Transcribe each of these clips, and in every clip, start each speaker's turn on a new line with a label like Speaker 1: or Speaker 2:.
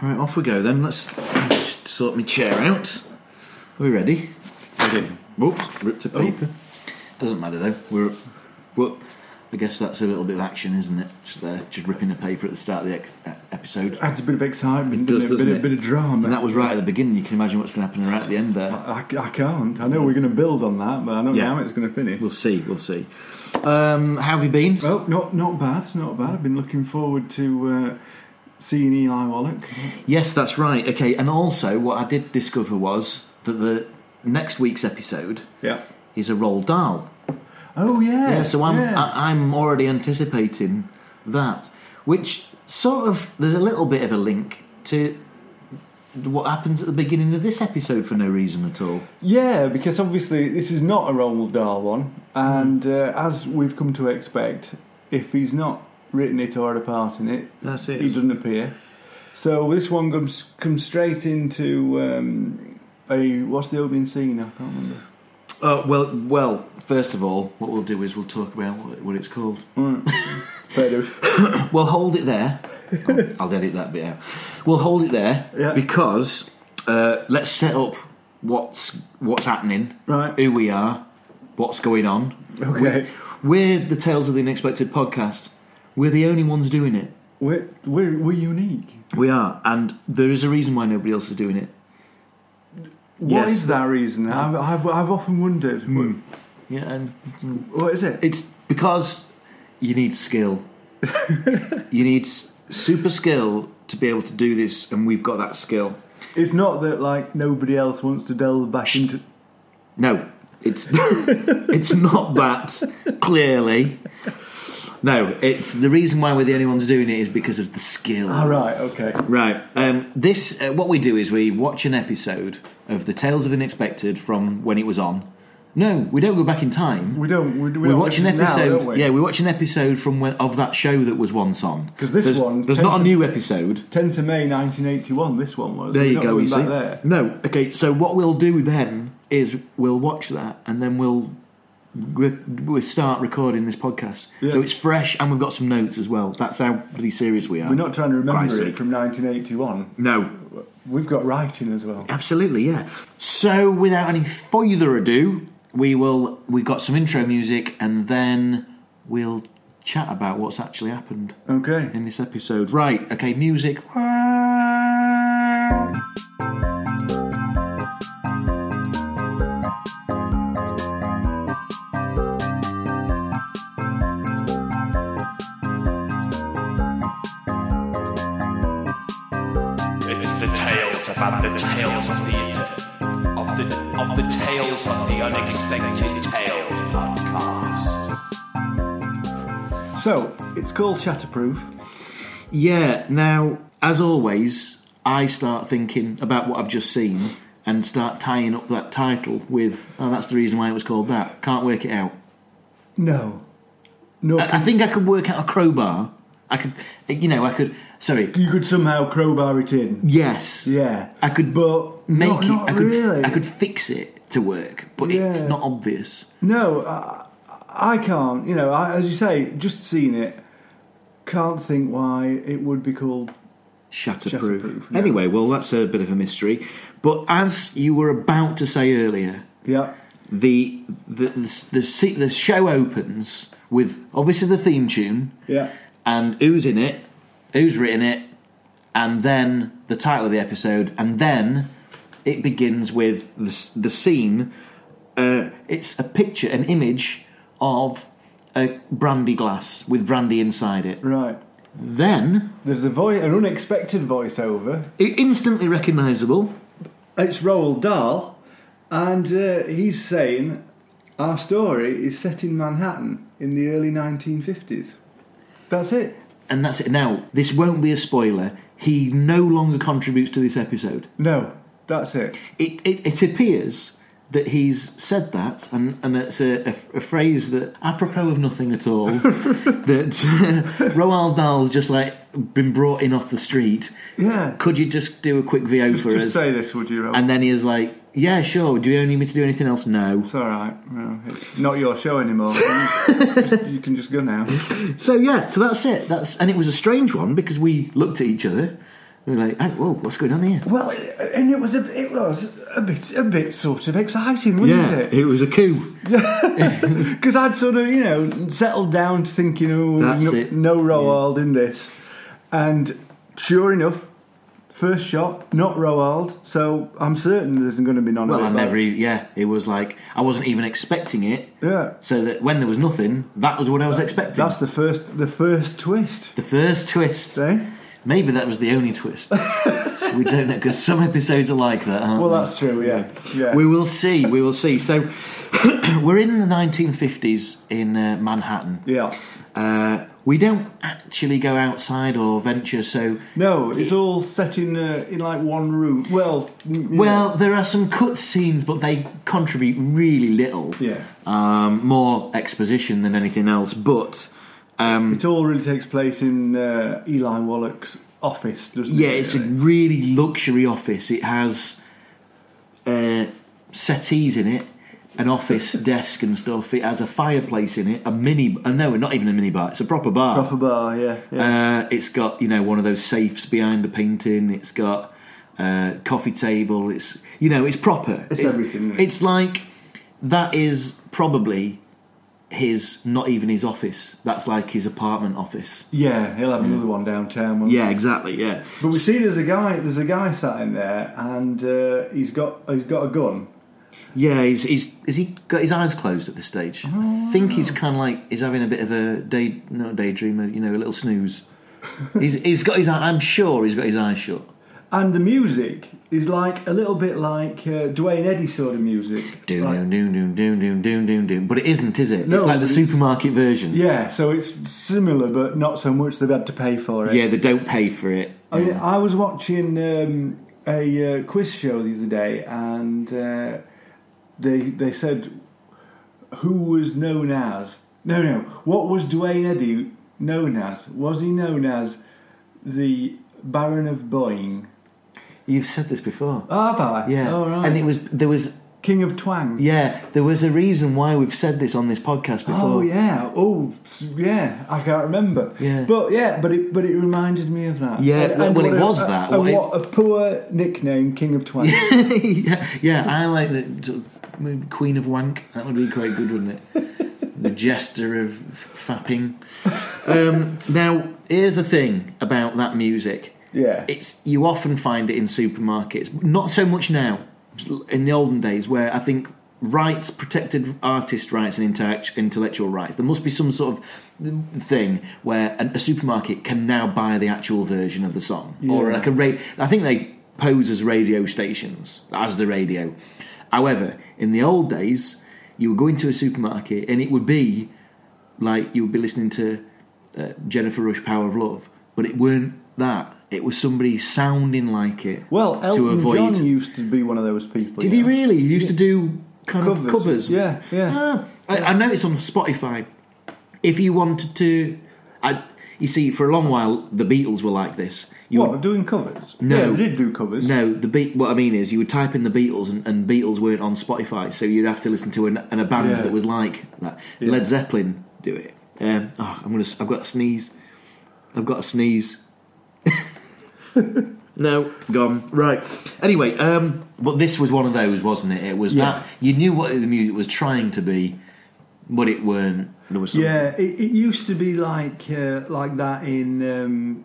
Speaker 1: Right, off we go then. Let's just sort my chair out. Are we ready?
Speaker 2: Ready.
Speaker 1: Whoops, ripped a paper. Doesn't matter though. We're well. I guess that's a little bit of action, isn't it? Just there, just ripping the paper at the start of the ec- episode.
Speaker 2: Adds a bit of excitement,
Speaker 1: does,
Speaker 2: does, a bit,
Speaker 1: doesn't
Speaker 2: of-
Speaker 1: it?
Speaker 2: bit of drama.
Speaker 1: And that was right at the beginning. You can imagine what's going to happen right at the end there.
Speaker 2: I, I can't. I know we're going to build on that, but I don't
Speaker 1: Yeah.
Speaker 2: know how it's going to finish.
Speaker 1: We'll see. We'll see. Um, how have you been?
Speaker 2: Well, not not bad, not bad. I've been looking forward to uh, seeing Eli Wallach.
Speaker 1: Yes, that's right. Okay, and also what I did discover was that the next week's episode
Speaker 2: Yeah.
Speaker 1: is a Roald Dahl.
Speaker 2: Oh yeah.
Speaker 1: Yeah, so I'm
Speaker 2: yeah.
Speaker 1: I, I'm already anticipating that, which sort of there's a little bit of a link to what happens at the beginning of this episode for no reason at all.
Speaker 2: Yeah, because obviously this is not a Roald Dahl one, and uh, as we've come to expect, if he's not written it or had a part in it,
Speaker 1: That's
Speaker 2: he doesn't appear. So this one comes comes straight into um, a what's the opening scene? I can't remember.
Speaker 1: Uh, well, well. First of all, what we'll do is we'll talk about what, what it's called.
Speaker 2: Fair dues.
Speaker 1: We'll hold it there. I'll, I'll edit that bit out. We'll hold it there
Speaker 2: Yeah.
Speaker 1: because uh, let's set up what's what's happening,
Speaker 2: Right.
Speaker 1: who we are, what's going on.
Speaker 2: Okay.
Speaker 1: We're the Tales of the Unexpected podcast. We're the only ones doing it.
Speaker 2: We're we're, we're unique.
Speaker 1: We are, and there is a reason why nobody else is doing it.
Speaker 2: What is
Speaker 1: Yes. Hmm.
Speaker 2: that reason? I've, I've I've often wondered.
Speaker 1: Yeah, and
Speaker 2: What is it?
Speaker 1: it's because you need skill. you need s- super skill to be able to do this, and we've got that skill.
Speaker 2: It's not that like nobody else wants to delve back into.
Speaker 1: No, it's it's not that clearly. No, it's the reason why we're the only ones doing it is because of the skill.
Speaker 2: All ah, right. Okay.
Speaker 1: Right. Um, this uh, what we do is we watch an episode of the Tales of the Unexpected from when it was on. No, we don't go back in time.
Speaker 2: We don't. We, we,
Speaker 1: We
Speaker 2: don't
Speaker 1: watch an
Speaker 2: listen now,
Speaker 1: episode.
Speaker 2: don't we?
Speaker 1: Yeah, we watch an episode from when, of that show that was once on.
Speaker 2: 'Cause this
Speaker 1: there's,
Speaker 2: one-
Speaker 1: there's not a new episode.
Speaker 2: 10th of May 1981, this one was.
Speaker 1: There
Speaker 2: We're
Speaker 1: you
Speaker 2: not
Speaker 1: go.
Speaker 2: going
Speaker 1: You see.
Speaker 2: back There.
Speaker 1: No. Okay. So what we'll do then is we'll watch that and then we'll we we'll start recording this podcast.
Speaker 2: Yeah.
Speaker 1: So it's fresh and we've got some notes as well. That's how bloody serious we are.
Speaker 2: We're not trying to remember
Speaker 1: Christ's
Speaker 2: it
Speaker 1: sake.
Speaker 2: from 1981.
Speaker 1: No.
Speaker 2: We've got writing as well.
Speaker 1: Absolutely, yeah. So without any further ado, we will we've got some intro music and then we'll chat about what's actually happened
Speaker 2: Okay.
Speaker 1: in this episode. Right, okay, music.
Speaker 3: It's the tales about the tales of the inter- of the of the tales of the unexpected tales podcast.
Speaker 2: So, it's called Shatterproof.
Speaker 1: Yeah, now as always, I start thinking about what I've just seen and start tying up that title with oh that's the reason why it was called that. Can't work it out.
Speaker 2: No. No.
Speaker 1: I, I think I could work out a crowbar. I could you know, I could sorry.
Speaker 2: you could somehow crowbar it in.
Speaker 1: Yes.
Speaker 2: Yeah.
Speaker 1: I could
Speaker 2: But
Speaker 1: make
Speaker 2: not,
Speaker 1: it.
Speaker 2: not
Speaker 1: I could,
Speaker 2: really.
Speaker 1: I could fix it to work, but it's
Speaker 2: Yeah.
Speaker 1: not obvious.
Speaker 2: No, I, I can't. You know, I, as you say, just seeing it, can't think why it would be called.
Speaker 1: Shatterproof.
Speaker 2: Shatterproof, yeah.
Speaker 1: Anyway, well, that's a bit of a mystery. But as you were about to say earlier,
Speaker 2: Yeah.
Speaker 1: the the the, the, se- the show opens with obviously the theme tune
Speaker 2: Yeah.
Speaker 1: and who's in it, who's written it, and then the title of the episode, and then it begins with the, s- the scene. Uh, it's a picture, an image of a brandy glass with brandy inside it.
Speaker 2: Right.
Speaker 1: Then,
Speaker 2: There's a voice, an unexpected voiceover.
Speaker 1: i- instantly recognisable.
Speaker 2: It's Roald Dahl, and uh, he's saying our story is set in Manhattan in the early 1950s. That's it.
Speaker 1: And that's it. Now, this won't be a spoiler. He no longer contributes to this episode.
Speaker 2: No, that's it.
Speaker 1: it, it, it appears that he's said that, and, and it's a, a, a phrase that, apropos of nothing at all, that uh, Roald Dahl's just like been brought in off the street.
Speaker 2: Yeah.
Speaker 1: Could you just do a quick VO for
Speaker 2: Just
Speaker 1: us?
Speaker 2: say this, would you, Roald?
Speaker 1: and then he is like, Yeah, sure. Do you need me to do anything else? No.
Speaker 2: it's all right. No, it's not your show anymore. you, just- you can just go now.
Speaker 1: So yeah, so that's it. That's and it was a strange one because we looked at each other We're like, hey, whoa, what's going on here?
Speaker 2: Well, and it was a it was a bit a bit sort of exciting, wasn't
Speaker 1: Yeah,
Speaker 2: it?
Speaker 1: it was a coup.
Speaker 2: Because I'd sort of, you know, settled down to thinking, oh,
Speaker 1: That's
Speaker 2: no,
Speaker 1: it.
Speaker 2: no Roald in this. And sure enough, first shot, not Roald, so I'm certain there isn't going to be none
Speaker 1: Well, I
Speaker 2: of it.
Speaker 1: never, e- yeah, it was like, I wasn't even expecting it.
Speaker 2: Yeah.
Speaker 1: So that when there was nothing, that was what I was expecting.
Speaker 2: That's the first the first twist. eh?
Speaker 1: the first twist.
Speaker 2: See?
Speaker 1: Maybe that was the only twist. we don't know, because some episodes are like that, aren't
Speaker 2: Well,
Speaker 1: they?
Speaker 2: that's true, yeah. yeah.
Speaker 1: We will see. We will see. So we're in the 1950s in uh, Manhattan.
Speaker 2: yeah.
Speaker 1: Uh, we don't actually go outside or venture. So
Speaker 2: No, it's all set in uh, in like one room. Well, n- you
Speaker 1: well, there are some cut scenes, but they contribute really little.
Speaker 2: know, yeah.
Speaker 1: Um, more exposition than anything else, but. Um,
Speaker 2: It all really takes place in uh, Eli Wallach's office, doesn't
Speaker 1: yeah,
Speaker 2: it?
Speaker 1: it's a really luxury office. It has uh, settees in it, an office desk and stuff. It has a fireplace in it, a mini. Uh, no, not even a mini bar. It's a proper bar.
Speaker 2: proper bar. Yeah, yeah.
Speaker 1: Uh, it's got you know one of those safes behind the painting. It's got uh, coffee table. It's you know it's proper.
Speaker 2: It's everything, isn't it?
Speaker 1: It's like that is probably his not even his office. That's like his apartment office.
Speaker 2: yeah, he'll have another one downtown. Won't he?
Speaker 1: Yeah, exactly. Yeah,
Speaker 2: but we see there's a guy. There's a guy sat in there, and uh, he's got he's got a gun.
Speaker 1: yeah. He's he's is he got his eyes closed at this stage? I think
Speaker 2: Oh.
Speaker 1: he's kind of like he's having a bit of a day not a daydreamer. You know, a little snooze. he's he's got his. eye- I'm sure he's got his eyes shut.
Speaker 2: And the music is like a little bit like uh, Dwayne Eddy sort of music.
Speaker 1: Doom,
Speaker 2: Like-
Speaker 1: doom, doom, doom, doom, doom, doom, doom, doom. But it isn't, is it?
Speaker 2: No,
Speaker 1: it's like the
Speaker 2: it's-
Speaker 1: supermarket version.
Speaker 2: Yeah, so it's similar, but not so much. They've had to pay for it.
Speaker 1: Yeah, they don't pay for it.
Speaker 2: I, mean,
Speaker 1: Yeah.
Speaker 2: I was watching um, a uh, quiz show the other day, and uh, they they said who was known as no no what was Dwayne Eddy known as? Was he known as the Baron of Boyne?
Speaker 1: You've said this before.
Speaker 2: Have I?
Speaker 1: Yeah.
Speaker 2: All Oh, right.
Speaker 1: And it was there was
Speaker 2: King of Twang.
Speaker 1: Oh, yeah there was a reason why we've said this on this podcast before.
Speaker 2: Oh yeah. Oh s- yeah. I can't remember.
Speaker 1: Yeah.
Speaker 2: But yeah, but it but it reminded me of that.
Speaker 1: Yeah, well, it
Speaker 2: what a-
Speaker 1: was that,
Speaker 2: And
Speaker 1: what it-
Speaker 2: what a poor nickname, King of Twang.
Speaker 1: yeah, yeah, I like the sort of maybe Queen of Wank. That would be quite good, wouldn't it? the Jester of Fapping. Um, now, here's the thing about that music.
Speaker 2: Yeah.
Speaker 1: it's you often find it in supermarkets. Not so much now. In the olden days, where I think rights, protected artist rights, and intellect- intellectual rights, there must be some sort of thing where a, a supermarket can now buy the actual version of the song, or
Speaker 2: Yeah.
Speaker 1: like a ra- I think they pose as radio stations as the radio. However, in the old days, you would go into a supermarket and it would be like you would be listening to uh, Jennifer Rush Power of Love, but it weren't that. It was somebody sounding like it.
Speaker 2: Well,
Speaker 1: to
Speaker 2: Elton
Speaker 1: avoid.
Speaker 2: John used to be one of those people.
Speaker 1: Did
Speaker 2: yeah.
Speaker 1: he really? He used to do kind
Speaker 2: Covers.
Speaker 1: of covers. and
Speaker 2: Yeah,
Speaker 1: stuff.
Speaker 2: yeah.
Speaker 1: Ah, I, I noticed on Spotify, if you wanted to, I you see for a long while the Beatles were like this. You
Speaker 2: What
Speaker 1: would-
Speaker 2: doing covers?
Speaker 1: No.
Speaker 2: yeah, they did do covers.
Speaker 1: no, the beat. What I mean is, you would type in the Beatles, and, and Beatles weren't on Spotify, so you'd have to listen to an, an a band
Speaker 2: Yeah.
Speaker 1: that was like that.
Speaker 2: Yeah.
Speaker 1: Led Zeppelin do it. Um, oh, I'm gonna. s- I've got a sneeze. I've got a sneeze. no, gone. Right. Anyway, um, but this was one of those, wasn't it? It was
Speaker 2: Yeah.
Speaker 1: that you knew what the music was trying to be, but it weren't. There was something.
Speaker 2: Yeah, it, it used to be like uh, like that in um,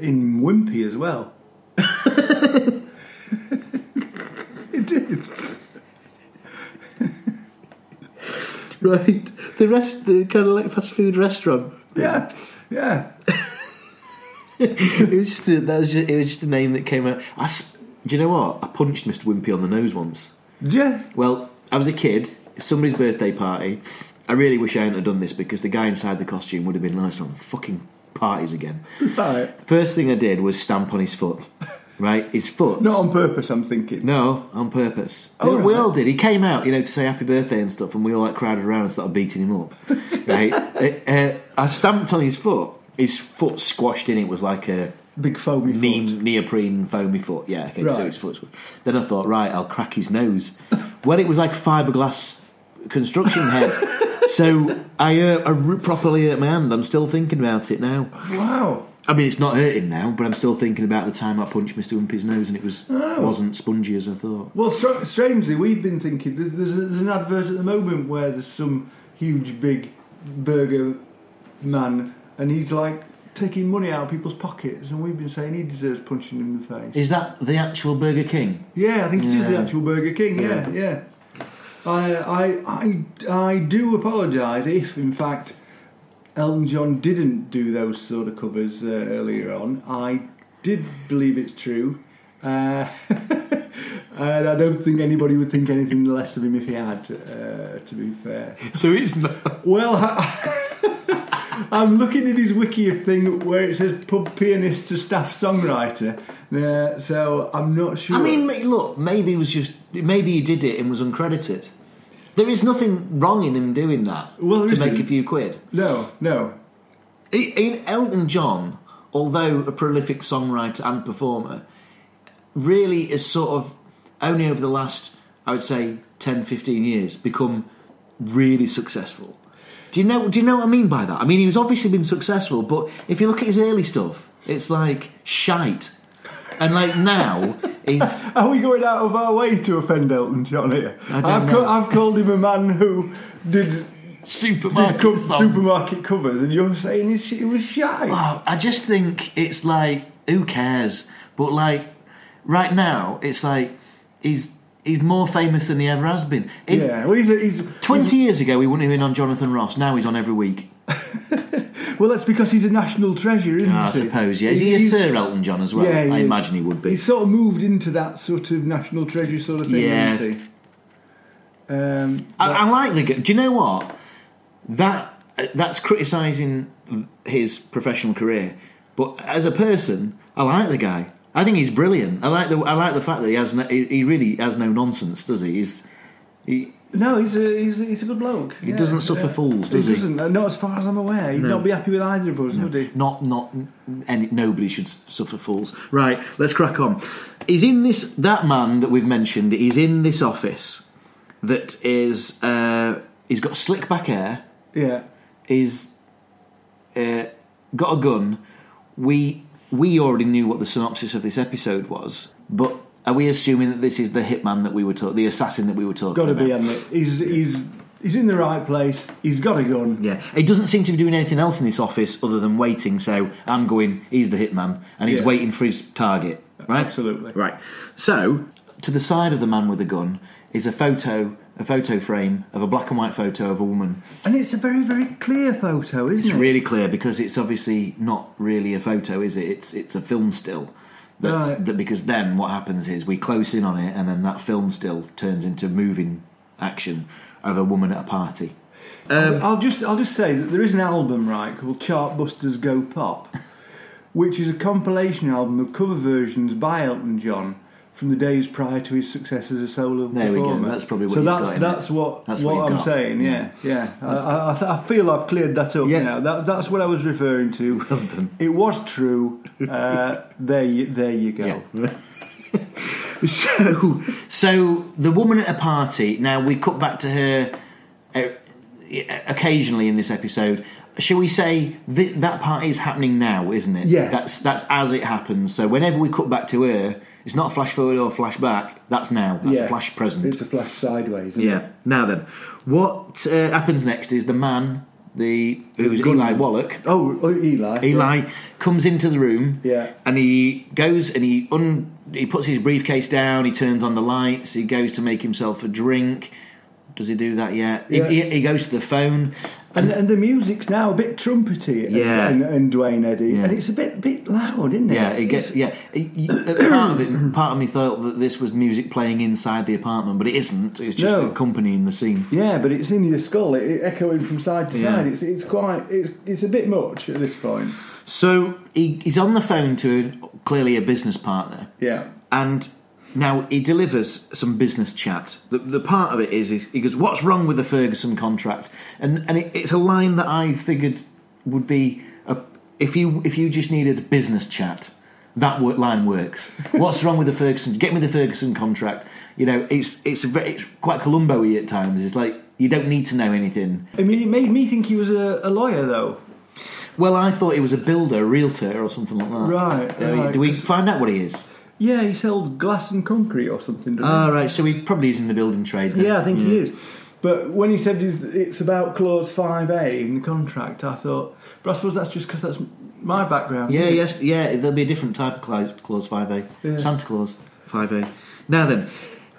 Speaker 2: in Wimpy as well. it did.
Speaker 1: Right. The rest, the kind of like fast food restaurant.
Speaker 2: Yeah, yeah.
Speaker 1: it was just a, that was just, it was just a name that came out. I s do you know what? I punched Mr. Wimpy on the nose once.
Speaker 2: Yeah,
Speaker 1: Well, I was a kid. It's somebody's birthday party. I really wish I hadn't have done this because the guy inside the costume would have been like, "Some fucking parties again."
Speaker 2: right.
Speaker 1: First thing I did was stamp on his foot. Right, his foot.
Speaker 2: Not on purpose, I'm thinking.
Speaker 1: No, on purpose.
Speaker 2: Oh,
Speaker 1: We
Speaker 2: right.
Speaker 1: all did. He came out, you know, to say happy birthday and stuff, and we all like crowded around and started beating him up. right? Uh, uh, I stamped on his foot. His foot squashed in. It was like a
Speaker 2: Big foamy
Speaker 1: Neem,
Speaker 2: foot.
Speaker 1: neoprene foamy foot. Yeah, okay, so
Speaker 2: Right.
Speaker 1: it's foot. Then I thought, right, I'll crack his nose. well, it was like fiberglass construction head. so I, uh, I r- properly hurt my hand. I'm still thinking about it now.
Speaker 2: Wow.
Speaker 1: I mean, it's not hurting now, but I'm still thinking about the time I punched Mr. Wimpy's nose and it was
Speaker 2: Oh.
Speaker 1: wasn't spongy as I thought.
Speaker 2: Well, str- strangely, we've been thinking there's, there's, a, there's an advert at the moment where there's some huge big burger man, and he's like taking money out of people's pockets, and we've been saying he deserves punching in the face.
Speaker 1: Is that the actual Burger King?
Speaker 2: Yeah, I think it is the
Speaker 1: Yeah.
Speaker 2: actual Burger King. Yeah, yeah. I, I, I, I do apologise if, in fact, Elton John didn't do those sort of covers uh, earlier on. I did believe it's true. Uh, and I don't think anybody would think anything less of him if he had, uh, to be fair.
Speaker 1: So it's not.
Speaker 2: Well, I, I'm looking at his wiki thing where it says pub pianist to staff songwriter. Uh, so I'm not sure.
Speaker 1: I mean, ma- look, maybe he was just maybe he did it and was uncredited. There is nothing wrong in him doing that
Speaker 2: Well, there
Speaker 1: to make
Speaker 2: isn't.
Speaker 1: a few quid.
Speaker 2: no, no.
Speaker 1: I- In Elton John, although a prolific songwriter and performer, really is sort of only over the last, I would say, 10, 15 years become really successful. Do you know? Do you know what I mean by that? I mean, he was obviously been successful, but if you look at his early stuff, it's like shite, and like now he's
Speaker 2: Are we going out of our way to offend Elton John here?
Speaker 1: I don't
Speaker 2: have
Speaker 1: know.
Speaker 2: I've called him a man who did, did
Speaker 1: supermarket
Speaker 2: co-
Speaker 1: songs.
Speaker 2: supermarket covers, and you're saying he, sh- he was shy.
Speaker 1: Well, I just think it's like who cares? But like right now, it's like he's he's more famous than he ever has been. In-
Speaker 2: yeah, well, he's, a, he's
Speaker 1: Twenty years ago, we wouldn't have been on Jonathan Ross. Now he's on every week.
Speaker 2: Well, that's because he's a national treasure, isn't
Speaker 1: I
Speaker 2: he?
Speaker 1: suppose. Yeah, is he a
Speaker 2: He's-
Speaker 1: Sir Elton John as well?
Speaker 2: Yeah, he
Speaker 1: I
Speaker 2: is.
Speaker 1: imagine he would be.
Speaker 2: He's sort of moved into that sort of national treasure sort of thing,
Speaker 1: Yeah.
Speaker 2: isn't he? Um,
Speaker 1: I, I like the. g- Do you know what? That uh, that's criticising his professional career, but as a person, I like the guy. I think he's brilliant. I like the I like the fact that he has no, he, he really has no nonsense, does he? He's he,
Speaker 2: no, he's a, he's a, he's a good bloke.
Speaker 1: He doesn't suffer fools, does he?
Speaker 2: doesn't. uh, Not as far as I'm aware. He'd not be happy with either of us, would he?
Speaker 1: not not any nobody should suffer fools. Right, let's crack on. He's in this that man that we've mentioned. He's in this office that is uh, he's got slick back hair.
Speaker 2: Yeah.
Speaker 1: is uh, got a gun. We we already knew what the synopsis of this episode was, but are we assuming that this is the hitman that we were talking, the assassin that we were talking?
Speaker 2: Got to
Speaker 1: about?
Speaker 2: be, hasn't it? He's he's he's in the right place. He's got a gun.
Speaker 1: Yeah, he doesn't seem to be doing anything else in this office other than waiting. So I'm going. He's the hitman, and he's
Speaker 2: Yeah.
Speaker 1: waiting for his target. Right,
Speaker 2: Absolutely.
Speaker 1: Right. So to the side of the man with the gun is a photo, a photo frame of a black and white photo of a woman.
Speaker 2: And it's a very very clear photo, isn't
Speaker 1: It's
Speaker 2: it?
Speaker 1: really clear because it's obviously not really a photo, is it? It's it's a film still. That's,
Speaker 2: Right.
Speaker 1: that because then what happens is we close in on it, and then that film still turns into moving action of a woman at a party.
Speaker 2: Um, I'll just I'll just say that there is an album right called Chartbusters Go Pop, which is a compilation album of cover versions by Elton John from the days prior to his success as a solo
Speaker 1: There we go,
Speaker 2: performer.
Speaker 1: that's probably what
Speaker 2: so
Speaker 1: you've
Speaker 2: that's
Speaker 1: got in
Speaker 2: that's what
Speaker 1: That's
Speaker 2: what,
Speaker 1: what you've
Speaker 2: I'm
Speaker 1: got.
Speaker 2: saying. Yeah, yeah. I, I, I th- I feel I've cleared that up
Speaker 1: Yeah.
Speaker 2: now. That's that's what I was referring to.
Speaker 1: Well done.
Speaker 2: It was true. Uh, there you there you go.
Speaker 1: so so the woman at a party. Now we cut back to her uh, occasionally in this episode. Shall we say th- that party is happening now, isn't it?
Speaker 2: Yeah.
Speaker 1: That's that's as it happens. So whenever we cut back to her, it's not a flash forward or a flash back. That's now. That's a flash present.
Speaker 2: It's a flash sideways. Isn't
Speaker 1: Yeah. Now then, what uh, happens next is the man, the who was
Speaker 2: Gunman.
Speaker 1: Eli Wallach.
Speaker 2: It? Oh, oh, Eli.
Speaker 1: Eli comes into the room.
Speaker 2: Yeah.
Speaker 1: And he goes and he un he puts his briefcase down. He turns on the lights. He goes to make himself a drink. Does he do that yet? He-
Speaker 2: Yeah.
Speaker 1: He, he goes to the phone.
Speaker 2: And, and the music's now a bit trumpety. and-
Speaker 1: Yeah.
Speaker 2: And, and, Dwayne Eddy,
Speaker 1: Yeah.
Speaker 2: and it's a bit bit loud, isn't it?
Speaker 1: Yeah, it gets. Yeah,
Speaker 2: It's-
Speaker 1: He- he- part of it, part of me thought that this was music playing inside the apartment, but it isn't. It's just
Speaker 2: No.
Speaker 1: accompanying the scene.
Speaker 2: yeah, but it's in your skull. It, it echoing from side to
Speaker 1: Yeah.
Speaker 2: side. It's it's quite it's it's a bit much at this point.
Speaker 1: So he, he's on the phone to clearly a business partner,
Speaker 2: Yeah.
Speaker 1: and now he delivers some business chat. The, the part of it is, is he goes, "What's wrong with the Ferguson contract?" And and it, it's a line that I figured would be a, if you if you just needed business chat, that wo- line works. What's wrong with the Ferguson? Get me the Ferguson contract. You know, it's it's very, it's quite Columbo-y at times. It's like you don't need to know anything.
Speaker 2: I mean, it made me think he was a, a lawyer, though.
Speaker 1: Well, I thought he was a builder, a realtor, or something like that.
Speaker 2: Right,
Speaker 1: Uh,
Speaker 2: right.
Speaker 1: Do we find out what he is?
Speaker 2: Yeah, he sells glass and concrete or something. Doesn't
Speaker 1: Ah, right. So he probably is in the building trade.
Speaker 2: he?
Speaker 1: Then.
Speaker 2: Yeah, I think he is. But when he said he's, it's about clause five A in the contract, I thought. But I suppose that's just because that's my background.
Speaker 1: Yeah, yes, yeah. There'll be a different type of clause, clause five A.
Speaker 2: Yeah.
Speaker 1: Santa Claus five A. Now then,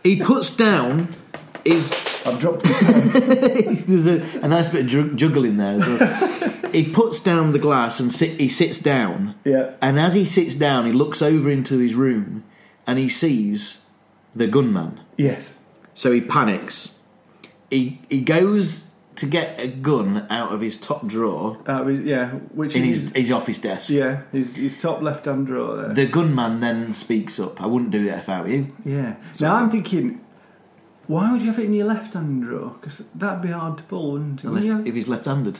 Speaker 1: he puts down his.
Speaker 2: I've dropped. it.
Speaker 1: there's a, a nice bit of ju- juggling there. As well. he puts down the glass and sit, he sits down.
Speaker 2: yeah.
Speaker 1: And as he sits down, he looks over into his room and he sees the gunman.
Speaker 2: Yes.
Speaker 1: So he panics. He he goes to get a gun out of his top drawer
Speaker 2: That was, yeah. Which
Speaker 1: in
Speaker 2: is
Speaker 1: his, his office desk.
Speaker 2: yeah. His, his top left-hand drawer there.
Speaker 1: The gunman then speaks up. I wouldn't do that if I were you.
Speaker 2: Yeah. now I'm thinking, why would you have it in your left-hand drawer? Because that'd be hard to pull, wouldn't it?
Speaker 1: Unless
Speaker 2: Yeah.
Speaker 1: if he's left-handed,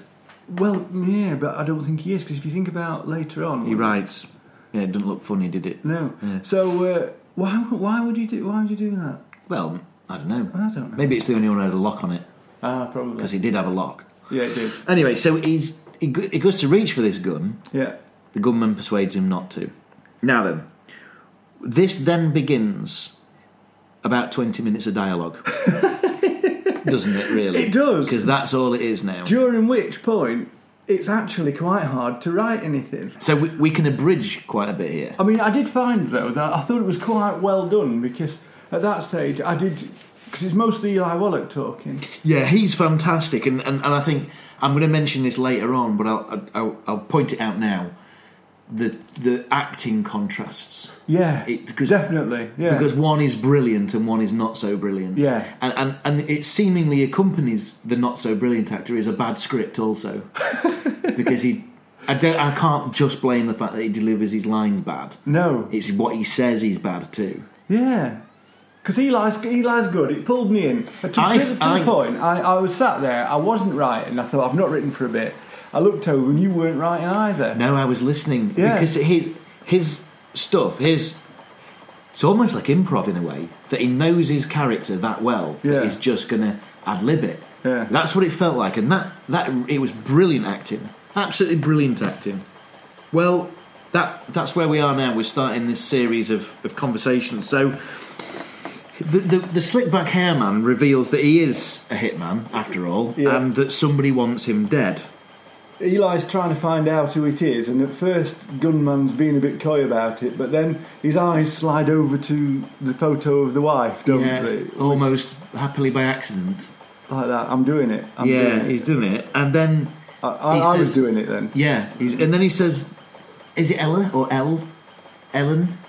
Speaker 2: Well, yeah, but I don't think he is. Because if you think about later on,
Speaker 1: he writes. Yeah, it doesn't look funny, did it?
Speaker 2: No.
Speaker 1: Yeah.
Speaker 2: So uh, why why would you do why would you do that?
Speaker 1: Well, I don't know.
Speaker 2: I don't know.
Speaker 1: Maybe it's the only one that had a lock on it
Speaker 2: Ah, probably.
Speaker 1: because he did have a lock.
Speaker 2: Yeah, it did.
Speaker 1: Anyway, so he's he, go- he goes to reach for this gun.
Speaker 2: Yeah.
Speaker 1: The gunman persuades him not to. Now then, this then begins about 20 minutes of dialogue. Doesn't it, really?
Speaker 2: It does.
Speaker 1: Because that's all it is now.
Speaker 2: During which point, it's actually quite hard to write anything.
Speaker 1: So we, we can abridge quite a bit here.
Speaker 2: I mean, I did find though that I thought it was quite well done because at that stage I did because it's mostly Eli Wallach talking.
Speaker 1: Yeah, he's fantastic, and, and, and I think I'm going to mention this later on, but I'll, I'll, I'll point it out now. The the acting contrasts.
Speaker 2: Yeah,
Speaker 1: It- 'cause-
Speaker 2: definitely. Yeah,
Speaker 1: because one is brilliant and one is not so brilliant.
Speaker 2: Yeah.
Speaker 1: and and, and it seemingly accompanies the not so brilliant actor is a bad script also, because he, I don't, I can't just blame the fact that he delivers his lines bad.
Speaker 2: no.
Speaker 1: It's what he says he's bad too.
Speaker 2: Yeah. Because Eli's, Eli's good. It pulled me in. To, to,
Speaker 1: I-
Speaker 2: to
Speaker 1: I-
Speaker 2: the point, I, I was sat there, I wasn't writing, I thought, I've not written for a bit. I looked over and you weren't writing either.
Speaker 1: No, I was listening
Speaker 2: Yeah.
Speaker 1: because his his stuff, his it's almost like improv in a way that he knows his character that well that
Speaker 2: Yeah.
Speaker 1: he's just gonna ad lib it.
Speaker 2: Yeah.
Speaker 1: That's what it felt like, and that that it was brilliant acting, absolutely brilliant acting. Well, that that's where we are now. We're starting this series of, of conversations. So. The, the, the slick back hair man reveals that he is a hitman after all,
Speaker 2: Yeah.
Speaker 1: and that somebody wants him dead.
Speaker 2: Eli's trying to find out who it is, and at first, Gunman's being a bit coy about it, but then his eyes slide over to the photo of the wife, don't
Speaker 1: Yeah,
Speaker 2: they?
Speaker 1: almost happily by accident.
Speaker 2: Like that. I'm doing it. I'm
Speaker 1: yeah,
Speaker 2: doing it.
Speaker 1: he's doing it, and then
Speaker 2: I, I,
Speaker 1: he
Speaker 2: I was
Speaker 1: says-
Speaker 2: doing it then.
Speaker 1: yeah, he's and then he says, "Is it Ella or L? Ellen?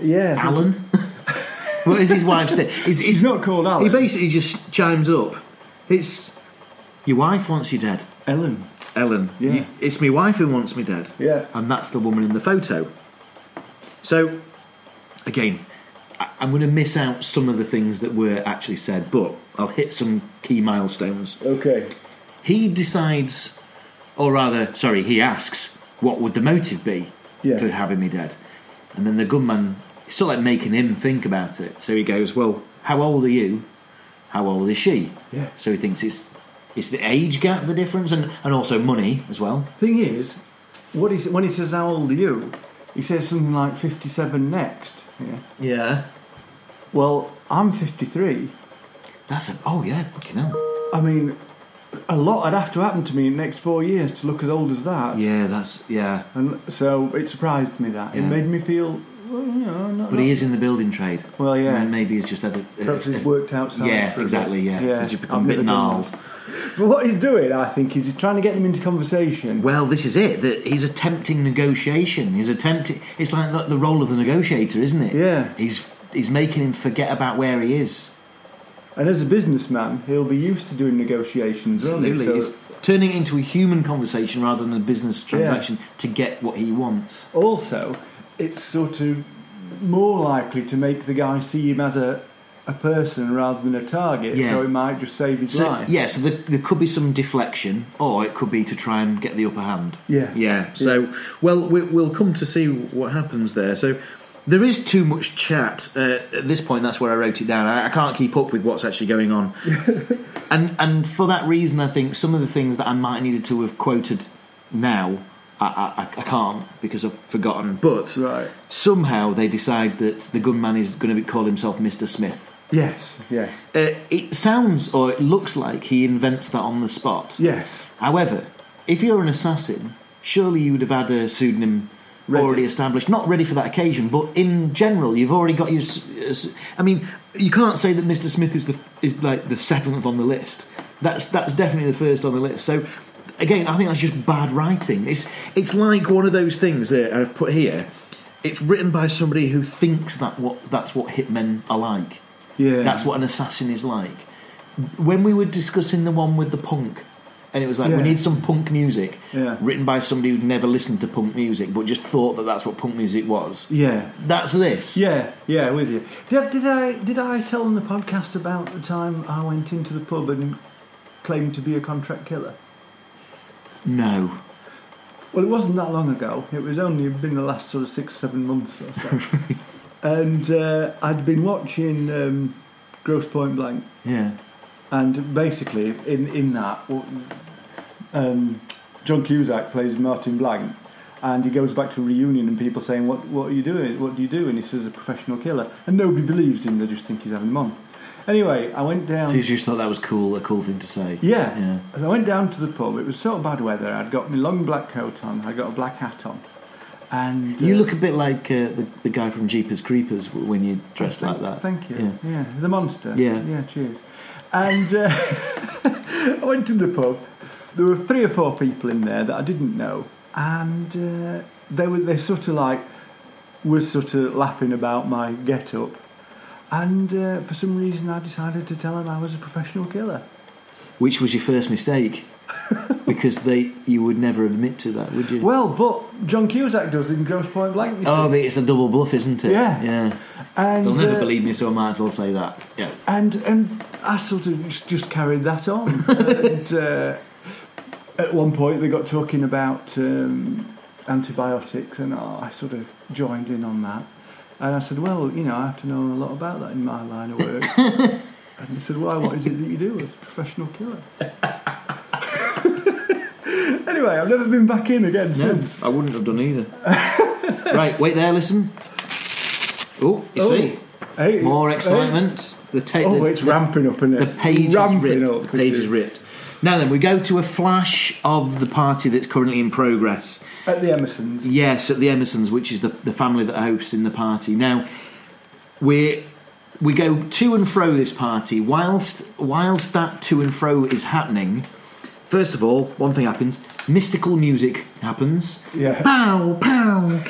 Speaker 2: Yeah.
Speaker 1: Alan? what is his wife's name? He's,
Speaker 2: He's not called Alan.
Speaker 1: He basically just chimes up. It's your wife wants you dead,
Speaker 2: Ellen.
Speaker 1: Ellen.
Speaker 2: Yeah.
Speaker 1: You- it's my wife who wants me dead.
Speaker 2: Yeah.
Speaker 1: and that's the woman in the photo. So, again, I, I'm going to miss out some of the things that were actually said, but I'll hit some key milestones.
Speaker 2: Okay.
Speaker 1: he decides, or rather, sorry, he asks, what would the motive be
Speaker 2: Yeah.
Speaker 1: for having me dead? And then the gunman, it's sort of like making him think about it. So he goes, well, how old are you? How old is she?
Speaker 2: Yeah.
Speaker 1: So he thinks it's it's the age gap, the difference, and, and also money as well.
Speaker 2: Thing is, what he, s- when he says, How old are you? He says something like 57 next. Yeah.
Speaker 1: Yeah.
Speaker 2: Well, I'm 53.
Speaker 1: That's a, oh yeah, fucking hell.
Speaker 2: I mean, a lot would have to happen to me in the next four years to look as old as that.
Speaker 1: Yeah, that's, yeah.
Speaker 2: And so it surprised me that. It
Speaker 1: Yeah.
Speaker 2: made me feel, well, you know, not,
Speaker 1: But he is in the building trade.
Speaker 2: Well, yeah.
Speaker 1: And maybe he's just had a. a-
Speaker 2: Perhaps he's
Speaker 1: a-
Speaker 2: worked outside.
Speaker 1: yeah,
Speaker 2: for a
Speaker 1: exactly,
Speaker 2: bit.
Speaker 1: yeah. He's just become
Speaker 2: I've
Speaker 1: a bit
Speaker 2: never done
Speaker 1: gnarled.
Speaker 2: that. But what he's doing, I think, is he's trying to get them into conversation.
Speaker 1: Well, this is it. That he's attempting negotiation. He's attempting. It's like the, the role of the negotiator, isn't it?
Speaker 2: Yeah.
Speaker 1: He's he's making him forget about where he is.
Speaker 2: And as a businessman, he'll be used to doing negotiations. won't he?
Speaker 1: Absolutely.
Speaker 2: So
Speaker 1: he's turning it into a human conversation rather than a business transaction to get what he wants.
Speaker 2: Also, it's sort of more likely to make the guy see him as a, a person rather than a target,
Speaker 1: Yeah.
Speaker 2: so it might just save his
Speaker 1: So
Speaker 2: life.
Speaker 1: yeah, so there, there could be some deflection, or it could be to try and get the upper hand.
Speaker 2: Yeah.
Speaker 1: Yeah. So well, we, we'll come to see what happens there. So. There is too much chat uh, at this point. That's where I wrote it down. I, I can't keep up with what's actually going on, and and for that reason, I think some of the things that I might needed to have quoted now I, I, I can't because I've forgotten. But
Speaker 2: Right.
Speaker 1: somehow they decide that the gunman is going to be, call himself Mr. Smith.
Speaker 2: Yes. Yeah.
Speaker 1: Uh, it sounds or it looks like he invents that on the spot.
Speaker 2: Yes.
Speaker 1: However, if you're an assassin, surely you would have had a pseudonym
Speaker 2: Ready.
Speaker 1: already established, not ready for that occasion, but in general, you've already got your. s- uh, s- I mean, you can't say that Mr. Smith is the is like the seventh on the list. That's that's definitely the first on the list. So. Again, I think that's just bad writing. It's it's like one of those things that I've put here. It's written by somebody who thinks that what that's what hitmen are like.
Speaker 2: Yeah.
Speaker 1: That's what an assassin is like. When we were discussing the one with the punk, and it was like we
Speaker 2: Yeah.
Speaker 1: need some punk music
Speaker 2: Yeah.
Speaker 1: written by somebody who'd never listened to punk music but just thought that that's what punk music was.
Speaker 2: Yeah.
Speaker 1: That's this.
Speaker 2: Yeah, yeah, with you. Did, did I did I tell on the podcast about the time I went into the pub and claimed to be a contract killer?
Speaker 1: No.
Speaker 2: Well, it wasn't that long ago. It was only been the last sort of six, seven months or so. and uh, I'd been watching um, Gross Point Blank,
Speaker 1: Yeah.
Speaker 2: and basically in in that, what- um, John Cusack plays Martin Blank, and he goes back to a reunion and people saying, "What what are you doing? What do you do?" And he says, "A professional killer," and nobody believes him. They just think he's having him on. Anyway, I went down.
Speaker 1: So you just thought that was cool, a cool thing to say.
Speaker 2: Yeah.
Speaker 1: Yeah.
Speaker 2: And I went down to the pub. It was sort of bad weather. I'd got my long black coat on. I got a black hat on. And
Speaker 1: You
Speaker 2: uh,
Speaker 1: look a bit like uh, the, the guy from Jeepers Creepers w- when you dress like that.
Speaker 2: Thank you.
Speaker 1: Yeah.
Speaker 2: Yeah. The monster.
Speaker 1: Yeah.
Speaker 2: Yeah. Cheers. And uh, I went to the pub. There were three or four people in there that I didn't know, and uh, they were they sort of like were sort of laughing about my get up, and uh, for some reason I decided to tell them I was a professional killer.
Speaker 1: Which was your first mistake. because they you would never admit to that, would you?
Speaker 2: Well, but John Cusack does in Gross Point Blank. you
Speaker 1: oh,
Speaker 2: see.
Speaker 1: but it's a double bluff, isn't it?
Speaker 2: Yeah.
Speaker 1: Yeah.
Speaker 2: and,
Speaker 1: They'll never
Speaker 2: uh,
Speaker 1: believe me, so I might as well say that. Yeah.
Speaker 2: and and I sort of just, just carried that on. and, uh, at one point, they got talking about um, antibiotics, and oh, I sort of joined in on that. And I said, "Well, you know, I have to know a lot about that in my line of work." and they said, "Why? What is it that you do as a professional killer?" anyway, I've never been back in again since.
Speaker 1: I wouldn't have done either. right, wait there, listen. Oh, you
Speaker 2: Oh.
Speaker 1: see?
Speaker 2: Hey,
Speaker 1: More
Speaker 2: hey.
Speaker 1: excitement. The, ta-
Speaker 2: Oh,
Speaker 1: the,
Speaker 2: it's ramping up, isn't it?
Speaker 1: the page is
Speaker 2: ramping
Speaker 1: ripped.
Speaker 2: up.
Speaker 1: the page
Speaker 2: which
Speaker 1: is ripped. Now then, we go to a flash of the party that's currently in progress.
Speaker 2: at the Emersons.
Speaker 1: Yes, at the Emersons, which is the, the family that are hosting the party. Now, we we go to and fro this party. Whilst whilst that to and fro is happening, first of all, one thing happens: mystical music happens.
Speaker 2: Yeah.
Speaker 1: Pow pow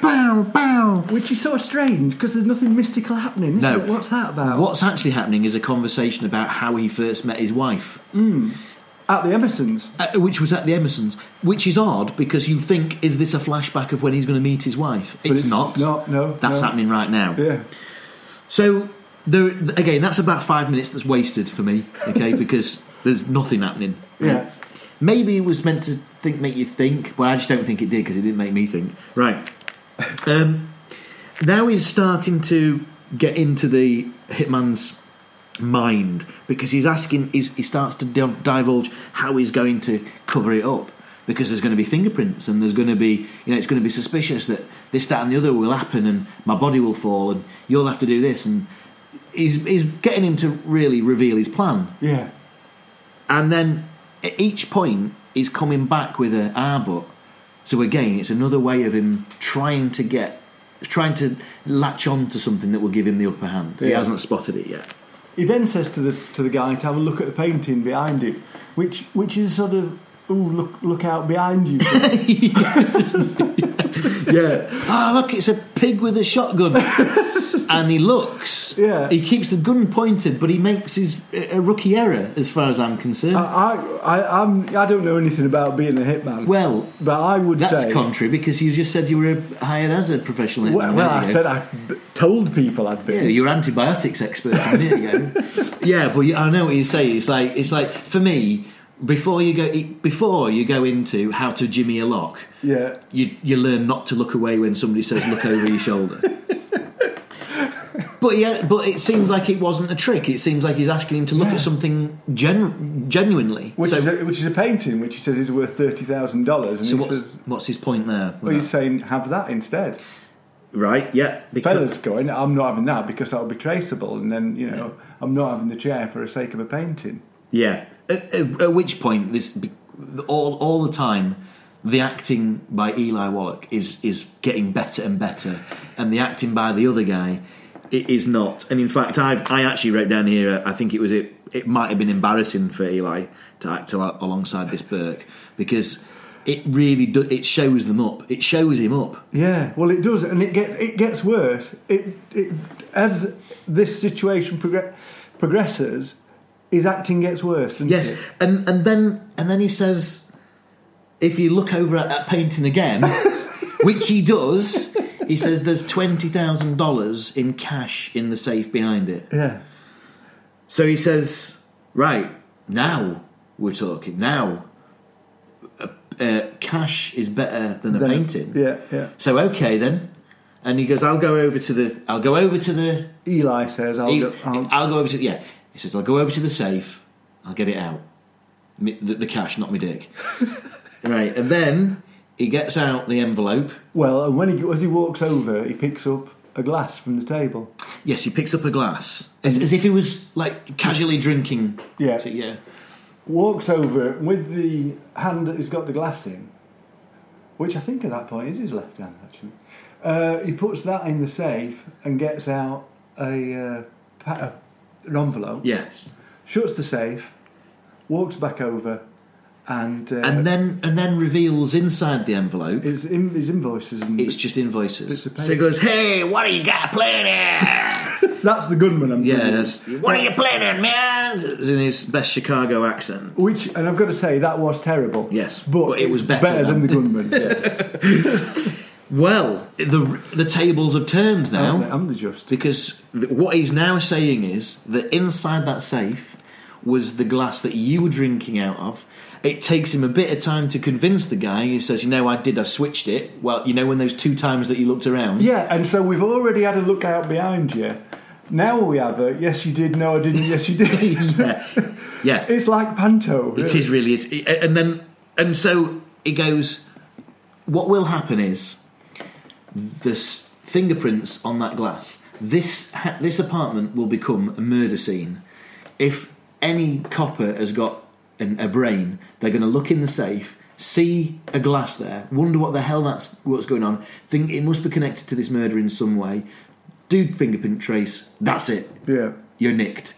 Speaker 1: pow pow.
Speaker 2: Which is sort of strange because there's nothing mystical happening. Is
Speaker 1: No.
Speaker 2: it? What's that about?
Speaker 1: What's actually happening is a conversation about how he first met his wife,
Speaker 2: At the Emersons.
Speaker 1: uh, which was at the Emersons, which is odd because you think, is this a flashback of when he's going to meet his wife? It's,
Speaker 2: it's-
Speaker 1: not.
Speaker 2: it's not, no,
Speaker 1: That's
Speaker 2: no.
Speaker 1: happening right now.
Speaker 2: Yeah.
Speaker 1: So there again, that's about five minutes that's wasted for me. Okay, because there's nothing happening. Mm.
Speaker 2: Yeah.
Speaker 1: Maybe it was meant to think, make you think, but I just don't think it did because it didn't make me think. Right. Um, now he's starting to get into the hitman's mind because he's asking. He's, he starts to div- divulge how he's going to cover it up because there's going to be fingerprints and there's going to be you know it's going to be suspicious that this, that, and the other will happen and my body will fall and you'll have to do this and he's he's getting him to really reveal his plan
Speaker 2: Yeah.
Speaker 1: and then at each point he's coming back with a ah but so again it's another way of him trying to get trying to latch on to something that will give him the upper hand he
Speaker 2: Yeah.
Speaker 1: hasn't spotted it yet
Speaker 2: He then says to the to the guy to have a look at the painting behind it, which which is sort of oh look look out behind you.
Speaker 1: yeah oh look it's a pig with a shotgun and he looks
Speaker 2: Yeah.
Speaker 1: he keeps the gun pointed but he makes his a rookie error as far as i'm concerned
Speaker 2: I I I'm, I don't know anything about being a hitman.
Speaker 1: well
Speaker 2: but I would
Speaker 1: that's
Speaker 2: say.
Speaker 1: contrary because you just said you were hired as a professional hitman,
Speaker 2: well, well,
Speaker 1: weren't
Speaker 2: I
Speaker 1: you?
Speaker 2: said I b- told people I'd
Speaker 1: eh? Yeah,
Speaker 2: been.
Speaker 1: you're antibiotics expert a minute ago. yeah, but you, I know what you say. It's like it's like for me before you go before you go into how to jimmy a lock,
Speaker 2: Yeah.
Speaker 1: you you learn not to look away when somebody says look over your shoulder. But yeah, but it seems like it wasn't a trick. It seems like he's asking him to look
Speaker 2: Yeah.
Speaker 1: at something genu- genuinely.
Speaker 2: Which,
Speaker 1: so,
Speaker 2: is a, which is a painting which he says is worth thirty thousand dollars, and
Speaker 1: so
Speaker 2: he
Speaker 1: what's,
Speaker 2: says,
Speaker 1: what's his point there? with
Speaker 2: well, he's
Speaker 1: that?
Speaker 2: saying have that instead.
Speaker 1: Right? Yeah. Because,
Speaker 2: Fella's going, I'm not having that because that'll be traceable, and then you know I'm not having the chair for the sake of a painting.
Speaker 1: Yeah. At, at, at which point, this be- all all the time, the acting by Eli Wallach is is getting better and better, and the acting by the other guy it is not. And in fact, I I actually wrote down here. I think it was it. It might have been embarrassing for Eli to act al- alongside this Burke because it really do, it shows them up. It shows him up.
Speaker 2: Yeah, well, it does, and it gets it gets worse. It, it as this situation progre- progresses, his acting gets worse. Doesn't
Speaker 1: Yes,
Speaker 2: it?
Speaker 1: and and then and then he says, if you look over at that painting again, which he does, he says there's twenty thousand dollars in cash in the safe behind it.
Speaker 2: Yeah.
Speaker 1: So he says, right now we're talking. Now, uh, uh, cash is better than a
Speaker 2: Then-
Speaker 1: painting.
Speaker 2: Yeah, yeah.
Speaker 1: So okay then, and he goes, I'll go over to the, I'll go over to the
Speaker 2: Eli says, "I'll."
Speaker 1: he-
Speaker 2: go, I'll
Speaker 1: I'll go over to yeah. He says I'll go over to the safe. I'll get it out. Me, the, the cash, not my dick. right, and then he gets out the envelope.
Speaker 2: well, and when he as he walks over, he picks up a glass from the table.
Speaker 1: Yes, he picks up a glass as,
Speaker 2: Mm-hmm.
Speaker 1: as if he was like casually drinking.
Speaker 2: Yeah.
Speaker 1: So, yeah.
Speaker 2: Walks over with the hand that he's got the glass in, which I think at that point is his left hand actually. Uh, he puts that in the safe and gets out a, uh, pa- a an envelope.
Speaker 1: Yes.
Speaker 2: shuts the safe, walks back over, and, uh,
Speaker 1: And then and then reveals inside the envelope
Speaker 2: his, in, his invoices. And
Speaker 1: it's just invoices.
Speaker 2: Bits of paper.
Speaker 1: So he goes, "Hey, what are you got playing here?"
Speaker 2: that's the gunman. I'm
Speaker 1: yeah.
Speaker 2: presuming.
Speaker 1: That's, what are you playing at, man? It's in his best Chicago accent.
Speaker 2: Which, and I've got to say, that was terrible.
Speaker 1: Yes,
Speaker 2: but,
Speaker 1: but it was
Speaker 2: it's
Speaker 1: better
Speaker 2: than,
Speaker 1: than-
Speaker 2: the gunman. yeah.
Speaker 1: Well, the the tables have turned now.
Speaker 2: I'm, the, I'm the just.
Speaker 1: Because th- what he's now saying is that inside that safe was the glass that you were drinking out of. It takes him a bit of time to convince the guy. He says, "You know, I did. I switched it. Well, you know, when those two times that you looked around."
Speaker 2: Yeah, and so we've already had a look out behind you. Now we have a yes, you did. No, I didn't. Yes, you did.
Speaker 1: yeah, yeah.
Speaker 2: It's like panto.
Speaker 1: It is really is, and then and so it goes. What will happen is the s- fingerprints on that glass. This ha- this apartment will become a murder scene. If any copper has got an, a brain, they're going to look in the safe, see a glass there, wonder what the hell that's what's going on, think it must be connected to this murder in some way. Do fingerprint trace. That's it.
Speaker 2: Yeah.
Speaker 1: You're nicked.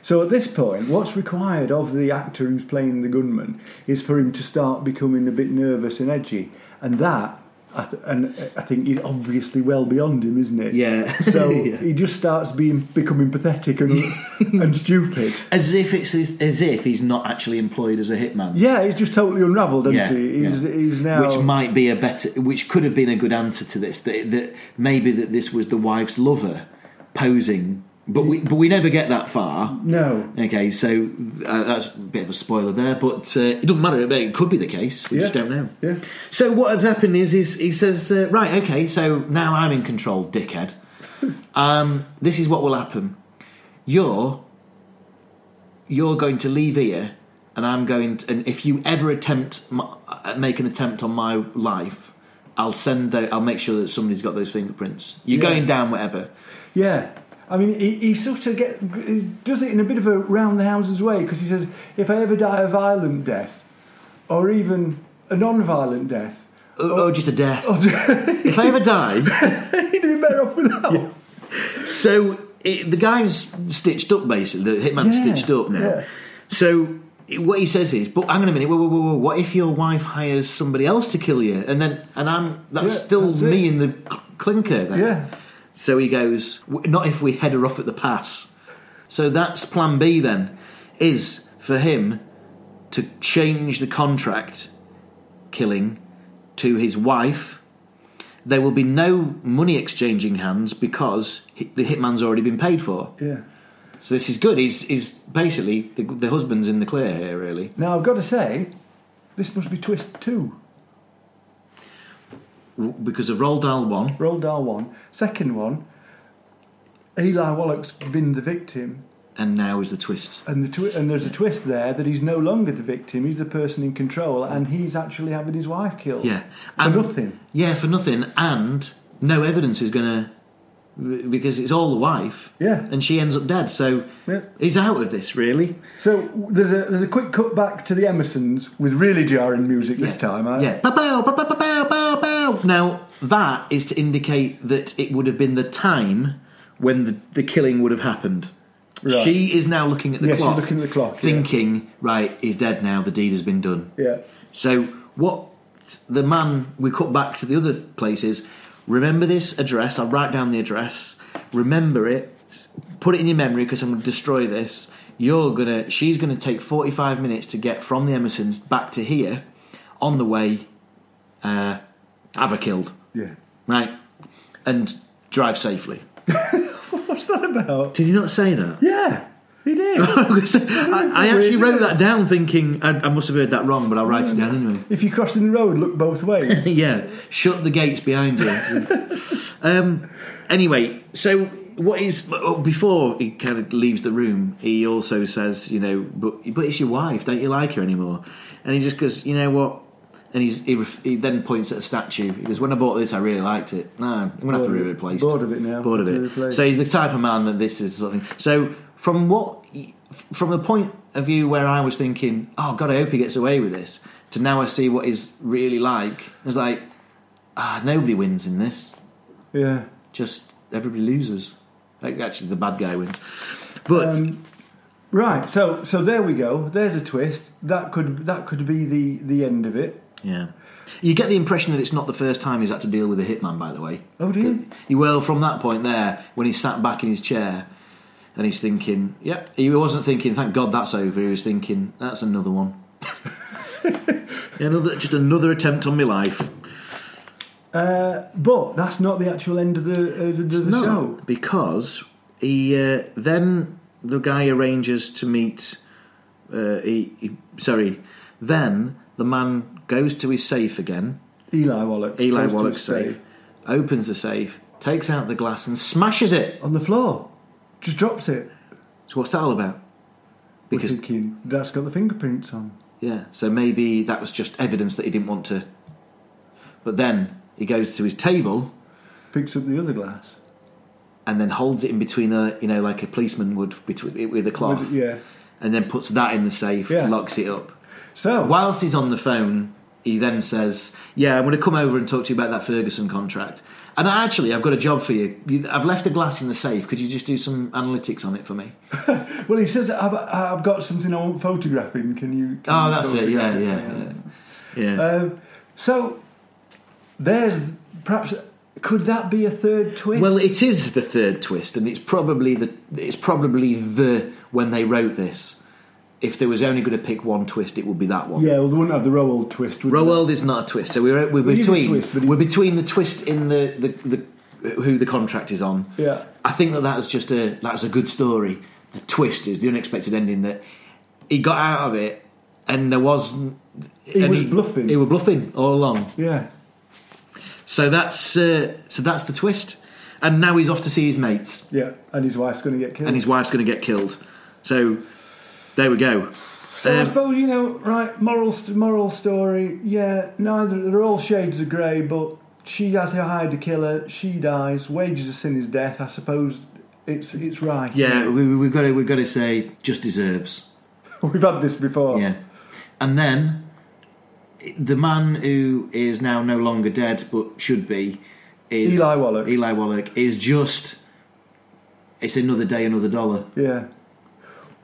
Speaker 2: So at this point, what's required of the actor who's playing the gunman is for him to start becoming a bit nervous and edgy, and that, I th- and I think is obviously well beyond him, isn't it?
Speaker 1: Yeah.
Speaker 2: So
Speaker 1: Yeah.
Speaker 2: he just starts being becoming pathetic and and stupid.
Speaker 1: As if it's as, as if he's not actually employed as a hitman.
Speaker 2: Yeah, he's just totally unravelled, isn't
Speaker 1: Yeah,
Speaker 2: he? He's,
Speaker 1: yeah.
Speaker 2: he's now.
Speaker 1: which might be a better, which could have been a good answer to this. That, that maybe that this was the wife's lover posing, but we but we never get that far.
Speaker 2: no.
Speaker 1: Okay, so uh, that's a bit of a spoiler there, but uh, it doesn't matter. It could be the case. We just
Speaker 2: Yeah.
Speaker 1: don't know.
Speaker 2: Yeah.
Speaker 1: So what had happened is, is he says, uh, right, okay, so now I'm in control, dickhead. Um, this is what will happen. You're you're going to leave here, and I'm going. To, and if you ever attempt my, uh, make an attempt on my life, I'll send. The, I'll make sure that somebody's got those fingerprints. You're
Speaker 2: Yeah.
Speaker 1: going down, whatever.
Speaker 2: Yeah. I mean, he, he sort of get, he does it in a bit of a round the houses way because he says, if I ever die a violent death, or even a non violent death,
Speaker 1: Or, or just a death.
Speaker 2: Oh,
Speaker 1: if I ever die,
Speaker 2: he'd be better off without. Yeah.
Speaker 1: so it, the guy's stitched up basically. The hitman's
Speaker 2: Yeah,
Speaker 1: stitched up now.
Speaker 2: yeah.
Speaker 1: So it- what he says is, but hang on a minute, whoa, whoa, whoa, whoa, what if your wife hires somebody else to kill you? And then, and I'm that's
Speaker 2: Yeah,
Speaker 1: still
Speaker 2: that's
Speaker 1: me
Speaker 2: it.
Speaker 1: in the cl- clinker. Then. So he goes, "W- not if we head her off at the pass. So that's plan B then, is for him to change the contract killing to his wife. There will be no money exchanging hands because hi- the hitman's already been paid for.
Speaker 2: yeah.
Speaker 1: So this is good. He's, he's basically, the, the husband's in the clear here, really.
Speaker 2: Now, I've got to say, this must be twist two.
Speaker 1: W- Because of Roald Dahl 1.
Speaker 2: Roll down one. Second one, Eli Wallach's been the victim,
Speaker 1: And now is the twist.
Speaker 2: and the twi- and there's a twist there that he's no longer the victim. He's the person in control, and he's actually having his wife killed.
Speaker 1: Yeah.
Speaker 2: for
Speaker 1: And-
Speaker 2: nothing.
Speaker 1: Yeah, for nothing. And no evidence is going to. Because it's all the wife.
Speaker 2: Yeah.
Speaker 1: And she ends up dead. So
Speaker 2: Yeah.
Speaker 1: he's out of this, really.
Speaker 2: So there's a there's a quick cut back to the Emersons with really jarring music this
Speaker 1: Yeah.
Speaker 2: time. I,
Speaker 1: Yeah. Bow, bow, bow, bow, bow, bow, bow. Now, that is to indicate that it would have been the time when the, the killing would have happened.
Speaker 2: Right.
Speaker 1: She is now looking at the
Speaker 2: Yeah, she's
Speaker 1: clock.
Speaker 2: looking at the clock, yeah.
Speaker 1: Thinking, right, he's dead now, the deed has been done.
Speaker 2: yeah.
Speaker 1: So, what the man, we cut back to the other places. Remember this address, I'll write down the address. Remember it, put it in your memory because I'm going to destroy this. You're gonna, she's gonna take 45 minutes to get from the Emersons back to here. On the way, uh, have her killed,
Speaker 2: Yeah.
Speaker 1: right? And drive safely.
Speaker 2: What's that about?
Speaker 1: Did you not say that?
Speaker 2: Yeah, he did.
Speaker 1: I, I actually wrote that down thinking I, I must have heard that wrong, but I'll write it down anyway.
Speaker 2: if you're crossing the road, look both ways.
Speaker 1: yeah, shut the gates behind you. um, anyway, so what is oh, before he kind of leaves the room? He also says, you know, but but it's your wife. Don't you like her anymore? And he just goes, you know what? And he's, he, ref- he then points at a statue. He goes, "When I bought this, I really liked it. No, I'm gonna have to
Speaker 2: Bored
Speaker 1: be
Speaker 2: of it.
Speaker 1: replaced.
Speaker 2: Bored of it now.
Speaker 1: Bored of
Speaker 2: Have to
Speaker 1: it.
Speaker 2: be replaced.
Speaker 1: So he's the type of man that this is something. So from what, from the point of view where I was thinking, oh god, I hope he gets away with this, to now I see what he's really like. It's like, ah, nobody wins in this.
Speaker 2: yeah.
Speaker 1: Just everybody loses. Like, actually, the bad guy wins. But
Speaker 2: Um, right. So so there we go. There's a twist. That could that could be the the end of it.
Speaker 1: yeah, you get the impression that it's not the first time he's had to deal with a hitman. By the way.
Speaker 2: Oh, do you?
Speaker 1: He- Well, from that point there, when he sat back in his chair and he's thinking, yep, he wasn't thinking, thank God that's over. He was thinking, that's another one. another, just another attempt on my life.
Speaker 2: Uh, but that's not the actual end of the, uh, of the, of the
Speaker 1: No,
Speaker 2: show.
Speaker 1: because he uh, then the guy arranges to meet. Uh, he, he, sorry, then the man goes to his safe again.
Speaker 2: Eli Wallach.
Speaker 1: Eli
Speaker 2: goes to
Speaker 1: Wallach's
Speaker 2: his grave.
Speaker 1: safe, opens the safe, takes out the glass and smashes it.
Speaker 2: on the floor. Just drops it.
Speaker 1: So what's that all about?
Speaker 2: Because
Speaker 1: Because
Speaker 2: thinking that's got the fingerprints on.
Speaker 1: Yeah, so maybe that was just evidence that he didn't want to. But then he goes to his table
Speaker 2: Picks up the other glass.
Speaker 1: and then holds it in between a, you know, like a policeman would between, with a cloth,
Speaker 2: With- yeah.
Speaker 1: and then puts that in the safe,
Speaker 2: Yeah.
Speaker 1: locks it up.
Speaker 2: So
Speaker 1: Whilst he's on the phone, he then says, "Yeah, I'm going to come over and talk to you about that Ferguson contract. And actually, I've got a job for you. you I've left a glass in the safe. Could you just do some analytics on it for me?"
Speaker 2: well, he says I've, I've got something I want photographing. Can you? Can
Speaker 1: Oh,
Speaker 2: you
Speaker 1: that's it. Yeah,
Speaker 2: photograph
Speaker 1: yeah, yeah. yeah.
Speaker 2: Um, so there's perhaps could that be a third twist?
Speaker 1: Well, it is the third twist, and it's probably the it's probably the when they wrote this. If there was only going to pick one twist, it would be that one.
Speaker 2: yeah, well, they wouldn't have the Roald twist. Would
Speaker 1: Roald is not a twist, so we're we're
Speaker 2: is a
Speaker 1: between
Speaker 2: twist, but he-
Speaker 1: we're between the twist in the, the the who the contract is on.
Speaker 2: Yeah.
Speaker 1: I think that that's just a that's a good story. The twist is the unexpected ending that he got out of it, and there was he
Speaker 2: was bluffing.
Speaker 1: He was bluffing all along.
Speaker 2: it? Yeah,
Speaker 1: So that's uh, so that's the twist, and now he's off to see his mates.
Speaker 2: yeah. And his wife's going to get killed.
Speaker 1: and his wife's going to get killed. So there we go.
Speaker 2: so I
Speaker 1: um,
Speaker 2: suppose you know, right? Moral, st- moral story. Yeah, neither they're all shades of grey, but she has to hide the killer. She dies. Wages of sin is death. I suppose it's it's right.
Speaker 1: Yeah, we, we- we've got to we've got to say just deserves.
Speaker 2: we've had this before.
Speaker 1: Yeah, and then the man who is now no longer dead but should be is
Speaker 2: Eli Wallach.
Speaker 1: Eli Wallach is just it's another day, another dollar
Speaker 2: yeah.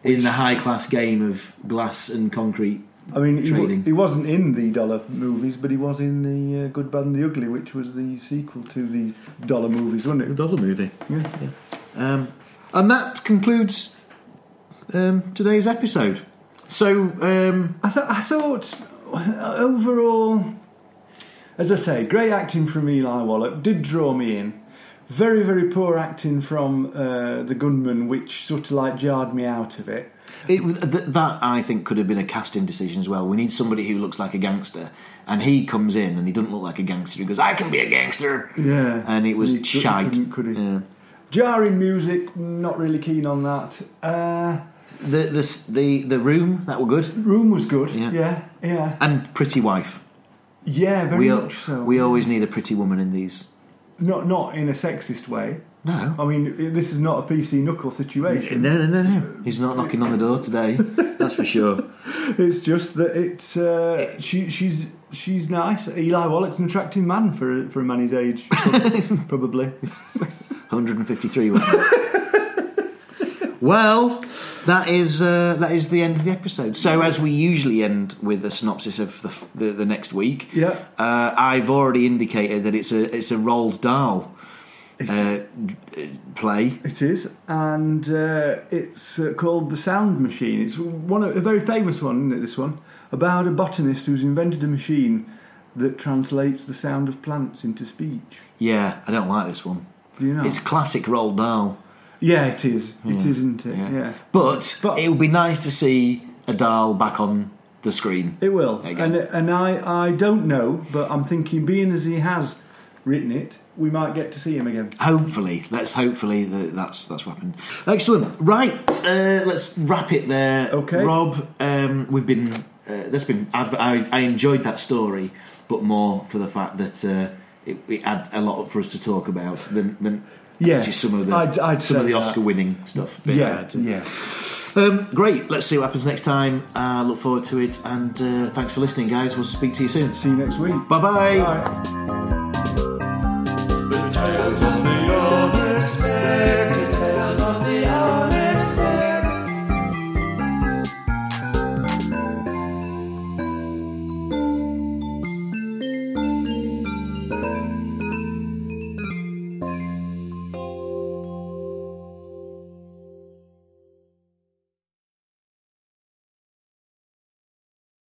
Speaker 1: in the high class game of glass and concrete.
Speaker 2: I mean, he, w-
Speaker 1: Trading.
Speaker 2: he wasn't in the dollar movies, but he was in the uh, Good, Bad, and the Ugly, which was the sequel to the dollar movies, wasn't it?
Speaker 1: dollar movie. Um, and that concludes um, today's episode. So um,
Speaker 2: I, th- I thought uh, overall, as I say, great acting from Eli Wallach did draw me in. Very, very poor acting from uh, the gunman, which sort of like jarred me out of it.
Speaker 1: It, was- th- that I think could have been a casting decision as well. We need somebody who looks like a gangster, and he comes in and he doesn't look like a gangster. He goes, "I can be a gangster,"
Speaker 2: Yeah,
Speaker 1: and it was
Speaker 2: He couldn't-
Speaker 1: shite.
Speaker 2: couldn't- couldn't.
Speaker 1: Yeah.
Speaker 2: Jarring music, not really keen on that. Uh,
Speaker 1: The, the s- the the room that were good
Speaker 2: room was good.
Speaker 1: Yeah.
Speaker 2: yeah, yeah,
Speaker 1: and pretty wife.
Speaker 2: Yeah, very
Speaker 1: we al-
Speaker 2: much so.
Speaker 1: we always need a pretty woman in these.
Speaker 2: not not in a sexist way.
Speaker 1: No.
Speaker 2: I mean, this is not a PC knuckle situation.
Speaker 1: No, no, no, no. He's not knocking on the door today. That's for sure.
Speaker 2: It's just that it's uh, she, she's she's nice. Eli Wallach's an attractive man for a- for a man his age, prob- probably.
Speaker 1: 153 wasn't it? well, that is uh, that is the end of the episode. So as we usually end with a synopsis of the f- the, the next week,
Speaker 2: Yeah.
Speaker 1: uh, I've already indicated that it's a it's a Roald Dahl uh, d- uh, play.
Speaker 2: It is, and uh, it's uh, called the Sound Machine. It's one of- a very famous one, isn't it? This one about a botanist who's invented a machine that translates the sound of plants into speech.
Speaker 1: Yeah, I don't like this one.
Speaker 2: Do you know?
Speaker 1: It's classic Roald Dahl.
Speaker 2: yeah, it is. It is, isn't it?
Speaker 1: Yeah.
Speaker 2: Yeah.
Speaker 1: But,
Speaker 2: But-
Speaker 1: it would be nice to see a Dahl back on the screen.
Speaker 2: It will,
Speaker 1: There you go.
Speaker 2: and and I I don't know, but I'm thinking, being as he has written it, we might get to see him again.
Speaker 1: Hopefully, let's hopefully that that's that's what happened. Excellent. Right, uh, let's wrap it there.
Speaker 2: Okay.
Speaker 1: Rob, um, we've been uh, that's been I've, I, I enjoyed that story, but more for the fact that uh, it, it had a lot for us to talk about than than
Speaker 2: Yeah,
Speaker 1: just some of the
Speaker 2: I'd- I'd
Speaker 1: some of
Speaker 2: say
Speaker 1: the
Speaker 2: that.
Speaker 1: Oscar winning stuff.
Speaker 2: Yeah, yeah.
Speaker 1: Um, great. Let's see what happens next time. Uh, look forward to it, and uh, thanks for listening, guys. We'll speak to you soon.
Speaker 2: See you next week.
Speaker 1: Bye-bye.
Speaker 2: Bye.
Speaker 3: The tales of the